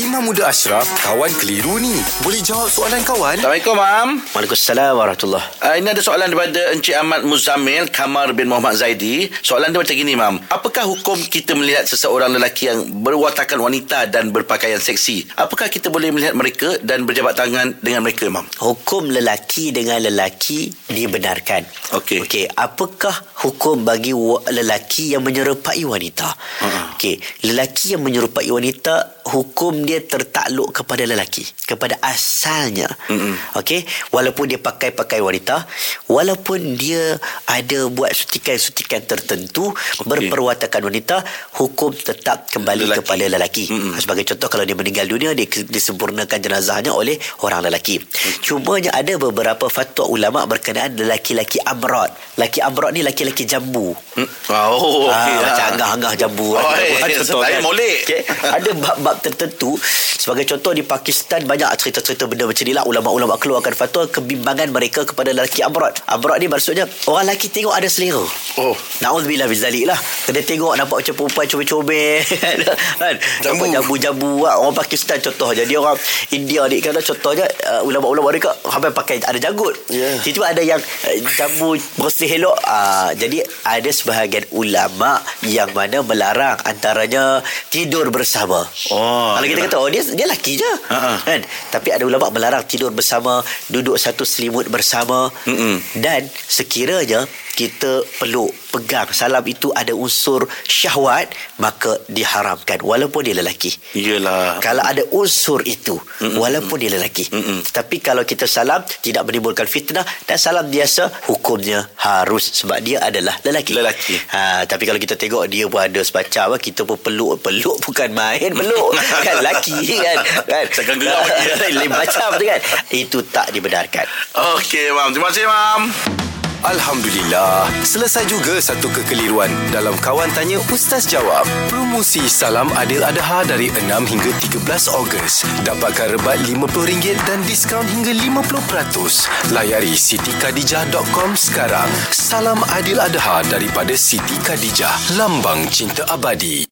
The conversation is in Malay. Imam Muda Ashraf, kawan keliru ni. Boleh jawab soalan kawan? Assalamualaikum, Mam. Waalaikumsalam warahmatullahi Uh, ini ada soalan daripada Encik Ahmad Muzamil Kamar bin Muhammad Zaidi. Soalan dia macam gini, Mam. Apakah hukum kita melihat seseorang lelaki yang berwatakan wanita dan berpakaian seksi? Apakah kita boleh melihat mereka dan berjabat tangan dengan mereka, Mam? Hukum lelaki dengan lelaki dibenarkan. Okey. Okey, apakah hukum bagi wa- lelaki yang menyerupai wanita? Uh-huh. Okey, lelaki yang menyerupai wanita hukum dia tertakluk kepada lelaki, kepada asalnya. Uh-uh. Okey, walaupun dia pakai pakai wanita, walaupun dia ada buat sutikan-sutikan tertentu okay. berperwatakan wanita, hukum tetap Lelaki. kembali lelaki. kepada lelaki. Mm-mm. Uh-uh. Sebagai contoh kalau dia meninggal dunia dia disempurnakan jenazahnya oleh orang lelaki. Cumanya ada beberapa fatwa ulama berkenaan lelaki-lelaki amrat. Lelaki amrat ni lelaki-lelaki jambu. Hmm? Oh, okey. ah, Ah, macam anggah-anggah jambu. Oh, Ada eh, buat eh, contoh kan? saya molek. Okey. Ada bab-bab tertentu. Sebagai contoh di Pakistan banyak cerita-cerita benda macam ni lah. Ulama-ulama keluarkan fatwa kebimbangan mereka kepada lelaki amrat. Amrat ni maksudnya orang lelaki tengok ada selera. Oh. Na'udzubillah bizalik lah Kena tengok nampak macam perempuan comel-comel kan? Jambu. Nampak jambu-jambu lah. Orang Pakistan contoh Jadi orang India ni kan contohnya uh, Ulama-ulama mereka Sampai pakai ada janggut Ya. Tiba-tiba ada yang uh, jambu bersih elok uh, Jadi ada sebahagian ulama Yang mana melarang Antaranya tidur bersama Oh, Ha, Kalau kita yelah. kata oh, dia, dia lelaki je Ha-ha. kan? Tapi ada ulama melarang tidur bersama Duduk satu selimut bersama Mm-mm. dan sekiranya kita peluk, pegang salam itu ada unsur syahwat, maka diharamkan walaupun dia lelaki. Yelah. Kalau ada unsur itu Mm-mm. walaupun dia lelaki. Mm-mm. Tapi kalau kita salam tidak menimbulkan fitnah dan salam biasa hukumnya harus sebab dia adalah lelaki. Lelaki. Ha tapi kalau kita tengok dia pun ada sebacam ah, kita pun peluk peluk bukan main peluk kan lelaki kan. kan. Sekarang geram lagi. Lain macam tu kan. Itu tak dibenarkan. Okey, Mam. Terima kasih, Mam. Alhamdulillah. Selesai juga satu kekeliruan dalam Kawan Tanya Ustaz Jawab. Promosi Salam Adil Adha dari 6 hingga 13 Ogos. Dapatkan rebat RM50 dan diskaun hingga 50%. Layari sitikadijah.com sekarang. Salam Adil Adha daripada Siti Khadijah. Lambang Cinta Abadi.